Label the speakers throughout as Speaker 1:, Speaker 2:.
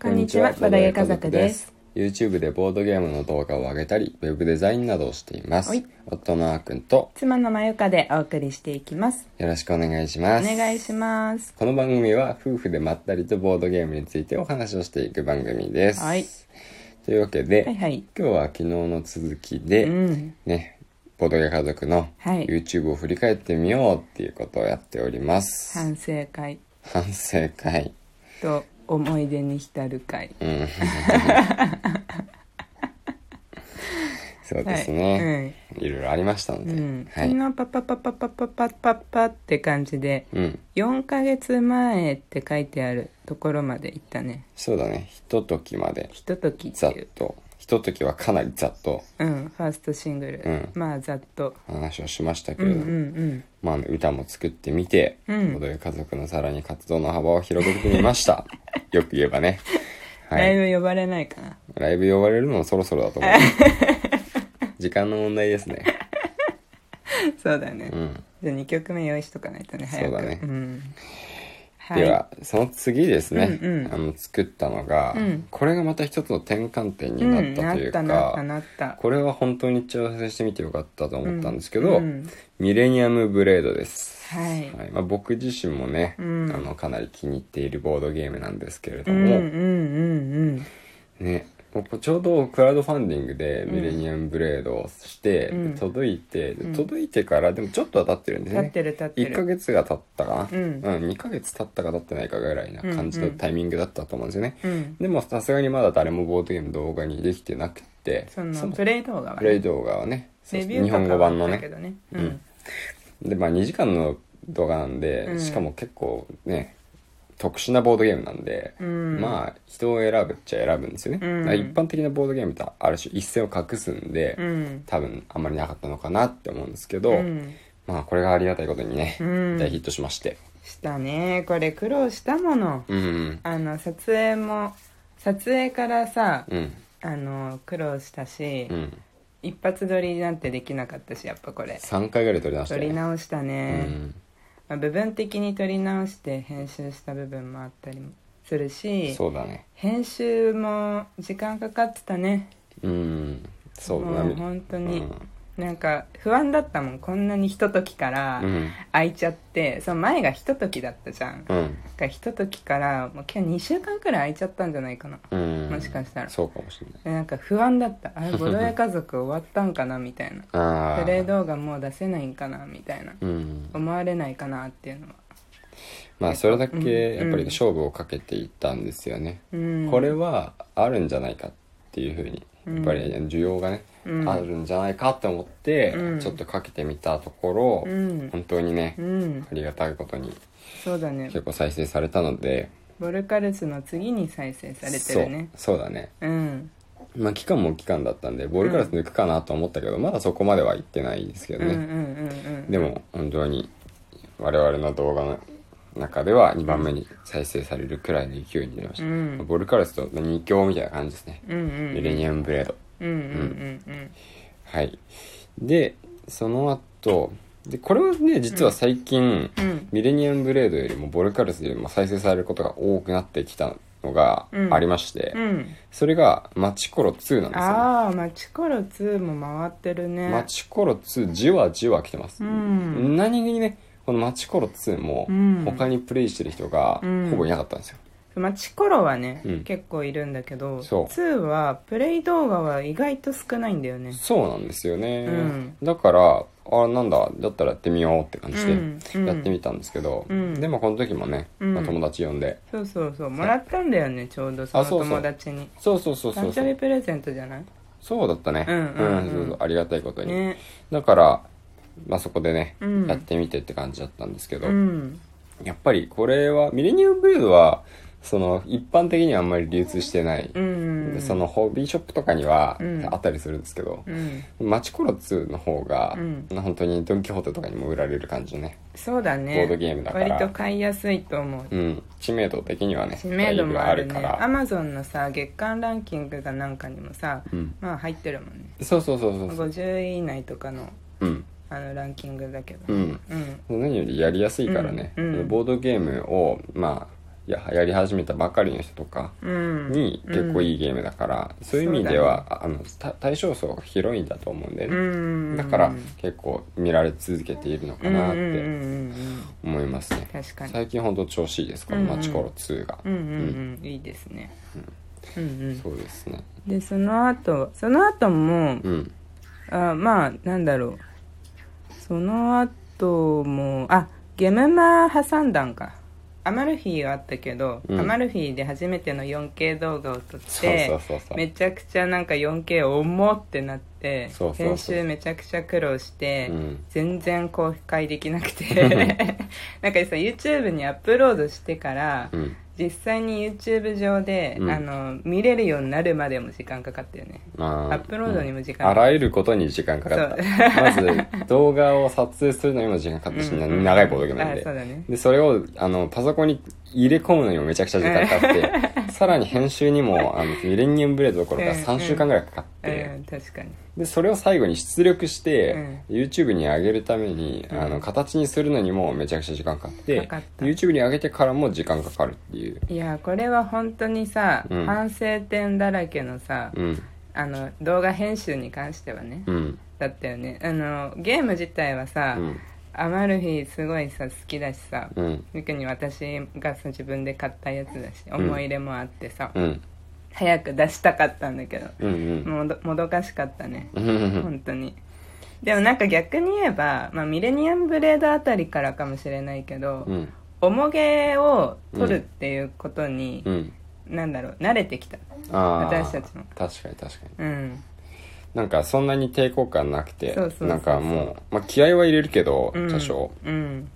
Speaker 1: こんにちは、バダゲ家族です。。
Speaker 2: YouTube でボードゲームの動画を上げたり、ウェブデザインなどをしています
Speaker 1: はい。
Speaker 2: 夫のあーくんと
Speaker 1: 妻のまゆかでお送りしていきます。
Speaker 2: よろしくお願いし
Speaker 1: お
Speaker 2: ます。
Speaker 1: 願いします。
Speaker 2: この番組は夫婦でまったりとボードゲームについてお話をしていく番組です。
Speaker 1: はい
Speaker 2: というわけで、
Speaker 1: はいはい。
Speaker 2: 今日は昨日の続きで、
Speaker 1: うん。
Speaker 2: ね、ボードゲ家族の
Speaker 1: はい
Speaker 2: YouTube を振り返ってみようっていうことをやっております。
Speaker 1: 反省会
Speaker 2: 反省会。
Speaker 1: と思い出に浸る会。
Speaker 2: うん。そうですね。
Speaker 1: はい
Speaker 2: ろいろありましたの
Speaker 1: い。う
Speaker 2: で。
Speaker 1: ん。うん。
Speaker 2: はい。
Speaker 1: 昨日パパパパパパパパパって感じで、
Speaker 2: うん。
Speaker 1: 4ヶ月前って書いてあるところまで行ったね。
Speaker 2: そうだね。ひとときまで、
Speaker 1: ひとときっ
Speaker 2: ざ
Speaker 1: て
Speaker 2: っ
Speaker 1: いう。
Speaker 2: と。ひとときはかなりざっと
Speaker 1: うん。ファーストシングル。
Speaker 2: うん
Speaker 1: まあ、ざっと。
Speaker 2: 話をしましたけ
Speaker 1: うん
Speaker 2: れ
Speaker 1: う
Speaker 2: ども、
Speaker 1: ん
Speaker 2: まあ、歌も作ってみて、
Speaker 1: うん
Speaker 2: 踊る家族のさらに活動の幅を広げてみ ました。よく言えばね。
Speaker 1: うん。
Speaker 2: はい。
Speaker 1: ライブ呼ばれないかな。
Speaker 2: ライブ呼ばれるのもそろそろだ と思う。時間の問題ですね。
Speaker 1: そうだね。
Speaker 2: うん。
Speaker 1: じゃあ2曲目用意しとかないとね早
Speaker 2: そ
Speaker 1: く
Speaker 2: うだね
Speaker 1: んは
Speaker 2: では、その次ですね、
Speaker 1: うんうん
Speaker 2: あの作ったのが、
Speaker 1: うん
Speaker 2: これがまた一つの転換点になったというか、
Speaker 1: うん、なったなったなった
Speaker 2: これは本当に挑戦してみてよかったと思ったんですけど、
Speaker 1: うんうん
Speaker 2: ミレニアムブレードです。
Speaker 1: はい
Speaker 2: まあ、僕自身もね、
Speaker 1: うん
Speaker 2: あのかなり気に入っているボードゲームなんですけれど
Speaker 1: うんうん
Speaker 2: も、
Speaker 1: うんうん
Speaker 2: ね僕ちょうどクラウドファンディングでミレニアムブレードをして、
Speaker 1: うん
Speaker 2: 届いて、
Speaker 1: ん
Speaker 2: 届いてからでもちょっとは経ってるんで
Speaker 1: 立
Speaker 2: すね
Speaker 1: ってる立って
Speaker 2: 1ヶ
Speaker 1: る
Speaker 2: 月が経ったかな、
Speaker 1: うん
Speaker 2: 2ヶ月経ったか経ってないかぐらいな感じ
Speaker 1: う
Speaker 2: の
Speaker 1: んうん
Speaker 2: タイミングだったと思うんですよね、
Speaker 1: うん
Speaker 2: でもさすがにまだ誰もボードゲーム動画にできてなくて
Speaker 1: その
Speaker 2: そも
Speaker 1: プレイ動画は
Speaker 2: プレイ
Speaker 1: ね
Speaker 2: 動画はねそう
Speaker 1: レ
Speaker 2: そう
Speaker 1: ビュー
Speaker 2: 日
Speaker 1: とか
Speaker 2: 本語版の
Speaker 1: はあったけ
Speaker 2: ね
Speaker 1: どねう
Speaker 2: うんんでまあ2時間の動画なんで、
Speaker 1: うん
Speaker 2: しかも結構ね特殊なボードゲームなんで、
Speaker 1: うん
Speaker 2: まあ人を選ぶっちゃ選ぶんですよね、
Speaker 1: うん
Speaker 2: だから一般的なボードゲームとある種一線を画すんで、
Speaker 1: うん
Speaker 2: 多分あんまりなかったのかなって思うんですけど、
Speaker 1: うん
Speaker 2: まあこれがありがたいことにね、
Speaker 1: うん
Speaker 2: 大ヒットしまして
Speaker 1: したねこれ苦労したもの
Speaker 2: うんうん
Speaker 1: あの撮影も撮影からさ
Speaker 2: うん
Speaker 1: あの苦労したし、
Speaker 2: うん
Speaker 1: 一発撮りなんてできなかったしやっぱこれ
Speaker 2: 3回ぐらい撮り直した
Speaker 1: 撮
Speaker 2: よね
Speaker 1: り直したね、
Speaker 2: うん
Speaker 1: まあ、部分的に撮り直して編集した部分もあったりもするし
Speaker 2: そうだね
Speaker 1: 編集も時間かかってたね
Speaker 2: うんそうだ
Speaker 1: もう
Speaker 2: ね
Speaker 1: 本当に、
Speaker 2: うん
Speaker 1: なんか不安だったもんこんなにひとときから
Speaker 2: うん
Speaker 1: 空いちゃって、その前がひとときだったじゃん、
Speaker 2: うん
Speaker 1: だからひとときからもう今日2週間くらい空いちゃったんじゃないかな
Speaker 2: うん
Speaker 1: もしかしたら
Speaker 2: そうかもしれない
Speaker 1: でなんか不安だったあれボドヤ家族終わったんかなみたいな
Speaker 2: ああ
Speaker 1: プレイ動画もう出せないんかなみたいな
Speaker 2: うん
Speaker 1: 思われないかなっていうのは
Speaker 2: まあそれだけやっぱ
Speaker 1: うん
Speaker 2: り勝負をかけていったんですよね、
Speaker 1: うん
Speaker 2: これはあるんじゃないかっていうふうに
Speaker 1: うん
Speaker 2: やっぱり需要がね、
Speaker 1: うん
Speaker 2: あるんじゃないかって思って
Speaker 1: うん
Speaker 2: ちょっとかけてみたところ、
Speaker 1: うん
Speaker 2: 本当にね、
Speaker 1: うん
Speaker 2: ありがたいことに
Speaker 1: そうだね
Speaker 2: 結構再生されたので
Speaker 1: ボルカルスの次に再生されてるね
Speaker 2: そうそうだね
Speaker 1: うん
Speaker 2: まあ期間も期間だったんでボールガラス抜くかなと思ったけど、まだそこまでは行ってないですけ
Speaker 1: う
Speaker 2: ど
Speaker 1: んうん
Speaker 2: ね、
Speaker 1: うんうん
Speaker 2: でも本当に我々の動画の中では2番目に再生されるくらいの勢いになりました、
Speaker 1: うん
Speaker 2: ボルカルスと2強みたいな感じですね、
Speaker 1: うんうん
Speaker 2: ミレニアムブレード
Speaker 1: うんうんうん
Speaker 2: はいでその後でこれはね実は最近、
Speaker 1: うん
Speaker 2: ミレニアムブレードよりもボルカルスよりも再生されることが多くなってきたのがありまして、
Speaker 1: うんうん
Speaker 2: それがマチコロ2なんですよね
Speaker 1: ああマチコロ2も回ってるね
Speaker 2: マチコロ2じわじわ来てます、
Speaker 1: うん
Speaker 2: 何気にねこのマチコロ2も
Speaker 1: うん
Speaker 2: 他にプレイしてる人が
Speaker 1: うん
Speaker 2: ほぼいなかったんですよ、
Speaker 1: マチコロはね、
Speaker 2: うん
Speaker 1: 結構いるんだけど
Speaker 2: そう
Speaker 1: 2はプレイ動画は意外と少ないんだよね
Speaker 2: そうなんですよね、
Speaker 1: うん
Speaker 2: だからあなんだだったらやってみようって感じ
Speaker 1: うんうん
Speaker 2: でやってみたんですけど、
Speaker 1: うん
Speaker 2: でもこの時もね、
Speaker 1: うん
Speaker 2: まあ友達呼んで
Speaker 1: そうそうそうもらったんだよねちょうどその
Speaker 2: あそうそう
Speaker 1: 友達に
Speaker 2: そうそうそうそ
Speaker 1: 誕
Speaker 2: う
Speaker 1: 生
Speaker 2: そ
Speaker 1: 日
Speaker 2: う
Speaker 1: プレゼントじゃない
Speaker 2: そうだったね
Speaker 1: うんうんうん
Speaker 2: そうそうありがたいことに、
Speaker 1: ね
Speaker 2: だから、まあ、そこでね、
Speaker 1: うん
Speaker 2: やってみてって感じだったんですけど、
Speaker 1: うん
Speaker 2: やっぱりこれはミレニアムブレードはその一般的にはあんまり流通してない、
Speaker 1: うん
Speaker 2: でそのホビーショップとかには
Speaker 1: うん
Speaker 2: あったりするんですけど、
Speaker 1: うん
Speaker 2: マチコロ2の方が、
Speaker 1: うん
Speaker 2: 本当にドン・キホーテとかにも売られる感じのね
Speaker 1: そうだね
Speaker 2: ボードゲームだから
Speaker 1: 割と買いやすいと思う
Speaker 2: うん知名度的にはね
Speaker 1: 知名度もあるね
Speaker 2: だいぶ
Speaker 1: アマゾンのさ月間ランキングがなんかにもさ、
Speaker 2: うん
Speaker 1: まあ入ってるもんね
Speaker 2: そうそうそうそうそう
Speaker 1: 50位以内とかの
Speaker 2: うん
Speaker 1: あのランキングだけど
Speaker 2: うん
Speaker 1: うん
Speaker 2: 何よりやりやすいからね、
Speaker 1: うんうん
Speaker 2: ボードゲームをまあや流行り始めたばかりの人とか
Speaker 1: うん
Speaker 2: に結構
Speaker 1: い、
Speaker 2: いいゲームだから、そういう意味では、あのた対象層が広いんだと思うんで
Speaker 1: うん
Speaker 2: ね、
Speaker 1: うん、
Speaker 2: だから結構見られ続けているのかなっ
Speaker 1: うんうんうん
Speaker 2: て
Speaker 1: うん
Speaker 2: 思いますね、
Speaker 1: 確かに
Speaker 2: 最近ほんと調子いいですこの「マチコロ2が」
Speaker 1: うんうんうんいいですねうんうん
Speaker 2: そうですね
Speaker 1: でその後その後も
Speaker 2: うん
Speaker 1: あまあなんだろうその後もあゲムマ挟んだんかアマルフィはあったけど、
Speaker 2: うん
Speaker 1: アマルフィで初めての 4K 動画を撮って
Speaker 2: そうそうそうそう
Speaker 1: めちゃくちゃなんか 4K 重ってなって
Speaker 2: そうそうそう
Speaker 1: 編集めちゃくちゃ苦労して、
Speaker 2: うん
Speaker 1: 全然公開できなく てなんかさ YouTube にアップロードしてから、
Speaker 2: うん
Speaker 1: 実際に YouTube 上で、
Speaker 2: うん
Speaker 1: あの見れるようになるまでも時間かかったよね
Speaker 2: ま
Speaker 1: アップロードにも時間
Speaker 2: うんあらゆることに時間かかったまず動画を撮影するのにも時間かかったし、
Speaker 1: うんうん
Speaker 2: 長いことなん
Speaker 1: あそうだ
Speaker 2: で
Speaker 1: ね
Speaker 2: でそれをあのパソコンに入れ込むのにもめちゃくちゃ時間かかっ てさらに編集にもあのミレニアムブレードどころか
Speaker 1: うんうん
Speaker 2: 3週間ぐらいかかって、
Speaker 1: うん確かに
Speaker 2: でそれを最後に出力して、YouTube に上げるために、
Speaker 1: うん
Speaker 2: あの形にするのにもめちゃくちゃ時間かかって
Speaker 1: かかった
Speaker 2: YouTube に上げてからも時間かかるっていう
Speaker 1: いやこれは本当にさ、
Speaker 2: うん
Speaker 1: 反省点だらけのさ、
Speaker 2: うん
Speaker 1: あの動画編集に関してはね、
Speaker 2: うん
Speaker 1: だったよねあのゲーム自体は
Speaker 2: う
Speaker 1: さ、
Speaker 2: ん
Speaker 1: アマルフィすごいさ好きだしさ、
Speaker 2: うん
Speaker 1: 特に私がさ自分で買ったやつだし
Speaker 2: ん
Speaker 1: 思い入れもあってさ、
Speaker 2: うん
Speaker 1: 早く出したかったんだけど、
Speaker 2: うんうん
Speaker 1: もどもどかしかったね、
Speaker 2: うんうんうん
Speaker 1: 本当にでもなんか逆に言えば、まあ、ミレニアムブレードあたりからかもしれないけど、
Speaker 2: うん
Speaker 1: 重げを取るっていうことに、
Speaker 2: うん
Speaker 1: なんだろう慣れてきた
Speaker 2: あー
Speaker 1: 私たちも
Speaker 2: 確かに確か
Speaker 1: う
Speaker 2: に
Speaker 1: ん
Speaker 2: なんかそんなに抵抗感なくて
Speaker 1: そうそうそうそう
Speaker 2: なんかもう、まあ、気合は入れるけど
Speaker 1: うん
Speaker 2: 多少、
Speaker 1: うん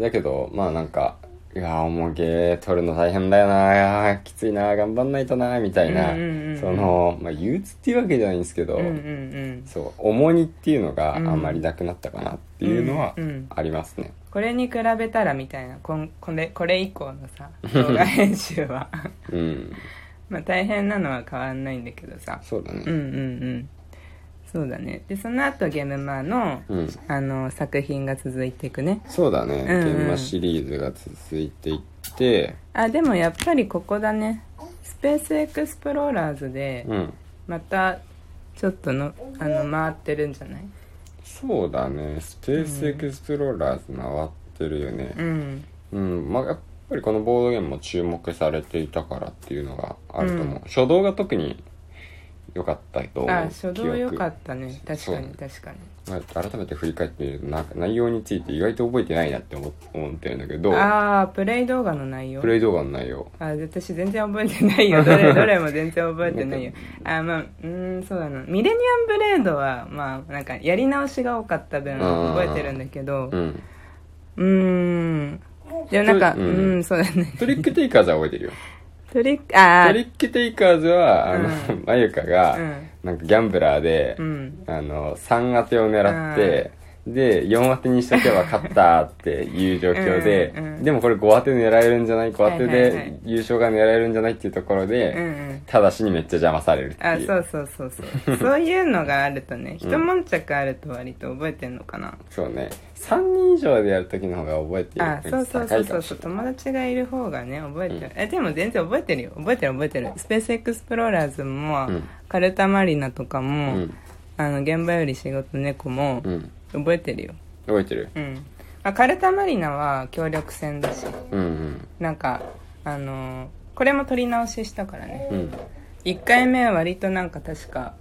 Speaker 2: だけどまあなんかいやーもうゲー取るの大変だよなーいやーきついなー頑張んないとなーみたいな、
Speaker 1: うんうんうん
Speaker 2: その、まあ、憂鬱っていうわけじゃないんですけど、
Speaker 1: うんうんうん
Speaker 2: そう重荷っていうのがあ
Speaker 1: うん
Speaker 2: んまりなくなったかなっていうのは
Speaker 1: うんうん
Speaker 2: ありますね、
Speaker 1: これに比べたらみたいなこんこれこれ以降のさ動画編集 は
Speaker 2: うん
Speaker 1: まあ大変なのは変わんないんだけどさ
Speaker 2: そうだ
Speaker 1: うん
Speaker 2: ね
Speaker 1: うんうんそうだねでその後ゲームマーの,、
Speaker 2: うん
Speaker 1: あの作品が続いていくね
Speaker 2: そうだね、
Speaker 1: うんうん
Speaker 2: ゲームシリーズが続いていって
Speaker 1: あでもやっぱりここだねスペースエクスプローラーズで
Speaker 2: うん
Speaker 1: またちょっとのあの回ってるんじゃない
Speaker 2: そうだねスペースエクスプローラーズ回ってるよね
Speaker 1: うん
Speaker 2: うん、まあやっぱりこのボードゲームも注目されていたからっていうのがあると思う、初動が特に良かったと思う
Speaker 1: あ初動良か
Speaker 2: 記
Speaker 1: ったね確かに
Speaker 2: そう
Speaker 1: 確かに
Speaker 2: 憶まあ改めて振り返ってみるとなんか内容について意外と覚えてないなって思思ってるんだけど
Speaker 1: ああプレイ動画の内容
Speaker 2: プレイ動画の内容
Speaker 1: あ私全然覚えてないよどれ どれも全然覚えてないよあまあうーんそうだなミレニアムブレードはまあなんかやり直しが多かった分
Speaker 2: あー
Speaker 1: 覚えてるんだけど
Speaker 2: うん
Speaker 1: うーんでもなんかう
Speaker 2: うん
Speaker 1: んそうだ ね
Speaker 2: トリックテイカーズは覚えてるよ
Speaker 1: トリックあ
Speaker 2: ト
Speaker 1: あ
Speaker 2: リックテイカーズはあの、
Speaker 1: う
Speaker 2: まゆかが、
Speaker 1: うん
Speaker 2: なんかギャンブラーで、
Speaker 1: うん
Speaker 2: あの3当てを狙って、で4当てにしとけば勝ったっていう状況で、
Speaker 1: うんうん
Speaker 2: でもこれ5当て狙えるんじゃない5当て
Speaker 1: はいはいはい
Speaker 2: で優勝が狙えるんじゃないっていうところで、
Speaker 1: うんうん
Speaker 2: ただしにめっちゃ邪魔されるって
Speaker 1: あ
Speaker 2: いう
Speaker 1: そうそうそうそうそういうのがあるとね一悶着あると割と覚えてんのかな、
Speaker 2: そうね3人以上でやる時の方が覚えている
Speaker 1: あ
Speaker 2: 確
Speaker 1: そう
Speaker 2: 率
Speaker 1: そう
Speaker 2: 高
Speaker 1: そ
Speaker 2: いうか
Speaker 1: そ
Speaker 2: も
Speaker 1: う
Speaker 2: し
Speaker 1: 友達
Speaker 2: れない
Speaker 1: がいる方がね覚えてる、えでも全然覚えてるよ覚えてる覚えてるスペースエクスプローラーズも、
Speaker 2: うん
Speaker 1: カルタマリナとか
Speaker 2: う
Speaker 1: も、
Speaker 2: ん
Speaker 1: あの現場より仕事猫も、
Speaker 2: うん
Speaker 1: 覚えてるよ
Speaker 2: 覚えてる
Speaker 1: うんあカルタマリナは協力戦だし
Speaker 2: うんうん
Speaker 1: なんかあのーこれも撮り直ししたからね
Speaker 2: うん
Speaker 1: 1回目は割となんか確か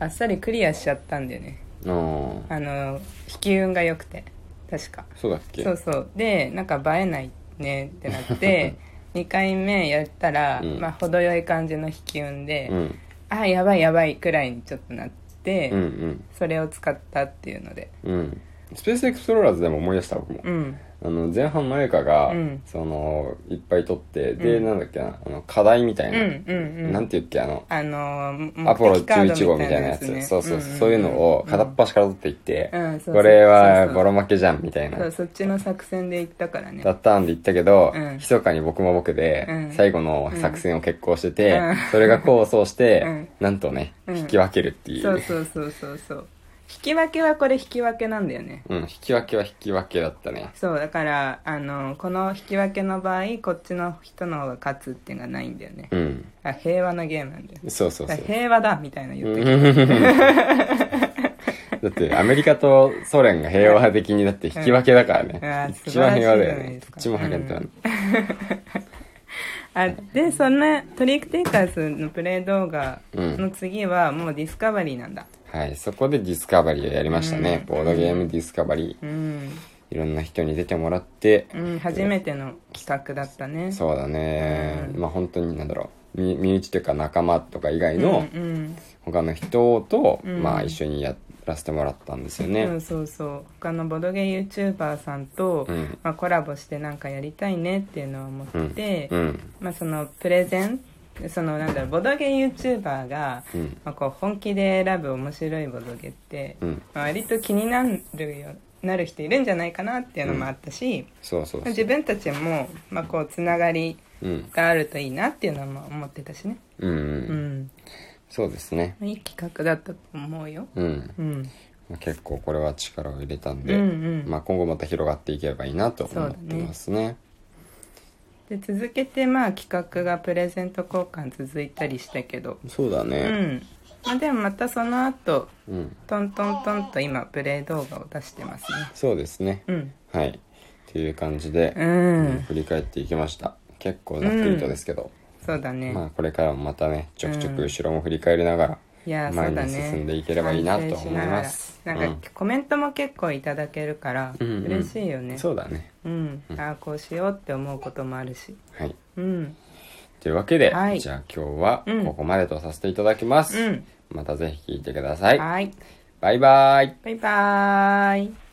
Speaker 1: あっさりクリアしちゃったんだよね
Speaker 2: ああ
Speaker 1: あの引き運が良くて確か
Speaker 2: そうだっけ
Speaker 1: そうそうでなんか映えないねってなって 2回目やったら、
Speaker 2: うん
Speaker 1: まあ程よい感じの引き運で、
Speaker 2: うん
Speaker 1: あやばいやばいくらいにちょっとなって、
Speaker 2: うんうん
Speaker 1: それを使ったっていうので
Speaker 2: うんスペースエクスプローラーズでも思い出した僕も、
Speaker 1: うん
Speaker 2: あの前半マユカが、
Speaker 1: うん
Speaker 2: そのいっぱい取ってで、
Speaker 1: うん
Speaker 2: なんだっけなあの課題みた
Speaker 1: う
Speaker 2: い
Speaker 1: ん
Speaker 2: な、
Speaker 1: うんう
Speaker 2: なん
Speaker 1: ん
Speaker 2: て言うっけあの
Speaker 1: あの
Speaker 2: アポロ11号みたいなやつそうそう、そういうのを片っ端から取っていって、これはボ
Speaker 1: ロ
Speaker 2: ロ負けじゃんみたいな
Speaker 1: そうそっちの作戦で行ったからね
Speaker 2: だったんで言ったけど、
Speaker 1: うん
Speaker 2: 密かに僕も僕で、
Speaker 1: うん
Speaker 2: 最後の作戦を決行してて、
Speaker 1: うん
Speaker 2: それが功を奏して、
Speaker 1: うん
Speaker 2: なんとね、
Speaker 1: うん
Speaker 2: 引き分けるっていう、
Speaker 1: そうそうそうそうそう引き分けはこれ引き分けなんだよね
Speaker 2: うん引き分けは引き分けだったね
Speaker 1: そうだからあのこの引き分けの場合こっちの人の方が勝つっていうのがないんだよね
Speaker 2: うん
Speaker 1: あ平和なゲームなんだよ
Speaker 2: そうそうそ
Speaker 1: だ
Speaker 2: う
Speaker 1: から平和だみたいな言ってき
Speaker 2: うんだってアメリカとソ連が平和的にだって引き分けだから
Speaker 1: うんうん
Speaker 2: ね一
Speaker 1: 素晴ら
Speaker 2: 番
Speaker 1: しい
Speaker 2: 平和だ
Speaker 1: じ
Speaker 2: よ
Speaker 1: ゃない
Speaker 2: ね
Speaker 1: ですか
Speaker 2: どっちも破けてたの
Speaker 1: あでそんなトリックテイカーズのプレイ動画の次はもうディスカバリーなんだ
Speaker 2: はいそこでディスカバリーをやりましたねボードゲームディスカバリ
Speaker 1: う
Speaker 2: ー
Speaker 1: ん、
Speaker 2: いろんな人に出てもらって
Speaker 1: うん、初めての企画だったねう
Speaker 2: そうだね
Speaker 1: うん
Speaker 2: まあ本当になんだろうみ身内というか仲間とか以外の
Speaker 1: んうん
Speaker 2: 他の人と
Speaker 1: うん
Speaker 2: まあ一緒にやらせてもらったんですよ
Speaker 1: そ
Speaker 2: ね
Speaker 1: うそうそう他のボドゲ YouTuber さんと、
Speaker 2: うん
Speaker 1: まあ、コラボしてなんかやりたいねっていうのは思ってて、
Speaker 2: うん
Speaker 1: まあ、そのプレゼンそのなんだろうボドゲ YouTuber が、
Speaker 2: うん
Speaker 1: まあ、こう本気で選ぶ面白いボドゲって、
Speaker 2: うん
Speaker 1: まあ割と気になるよなる人いるんじゃないかなっていうのもあったし、
Speaker 2: そうそう
Speaker 1: まあ
Speaker 2: そ
Speaker 1: 自
Speaker 2: う
Speaker 1: 分たちも、まあ、こうつながり
Speaker 2: うん
Speaker 1: があるといいなっていうのも思ってたしね、
Speaker 2: うんう
Speaker 1: うんん
Speaker 2: そうですね
Speaker 1: いい企画だったと思うよ、
Speaker 2: うん
Speaker 1: うん、
Speaker 2: まあ結構これは力を入れたん
Speaker 1: う
Speaker 2: で、
Speaker 1: んうん
Speaker 2: まあ、今後また広がっていければいいなと思ってますね
Speaker 1: で続けてまあ企画がプレゼント交換続いたりしたけど
Speaker 2: そうだ
Speaker 1: う
Speaker 2: ね
Speaker 1: ん、まあ、でもまたその後
Speaker 2: うん、
Speaker 1: トントントンと今プレイ動画を出してますね
Speaker 2: そうですね、
Speaker 1: うん
Speaker 2: はいっていう感じで、
Speaker 1: うん、
Speaker 2: 振り返っていきました結構ざっくりとですけど、
Speaker 1: そうだね、
Speaker 2: まあこれからもまたねちょくちょく後ろも振り返りなが
Speaker 1: いやー
Speaker 2: ら
Speaker 1: そ
Speaker 2: 前
Speaker 1: うだ
Speaker 2: に
Speaker 1: ね
Speaker 2: 進んでいければいいなと思います、
Speaker 1: 反省しながらなんかコメントも結構いただけるから
Speaker 2: うんうん
Speaker 1: 嬉しいよね、
Speaker 2: そうだね
Speaker 1: うん、ああこうしようって思うこともあるし
Speaker 2: はい
Speaker 1: うん
Speaker 2: というわけで、
Speaker 1: はい
Speaker 2: じゃあ今日は
Speaker 1: うん
Speaker 2: ここまでとさせていただきます、
Speaker 1: うん
Speaker 2: またぜひ聞いてください、
Speaker 1: はい
Speaker 2: バイバイ
Speaker 1: バイバーイ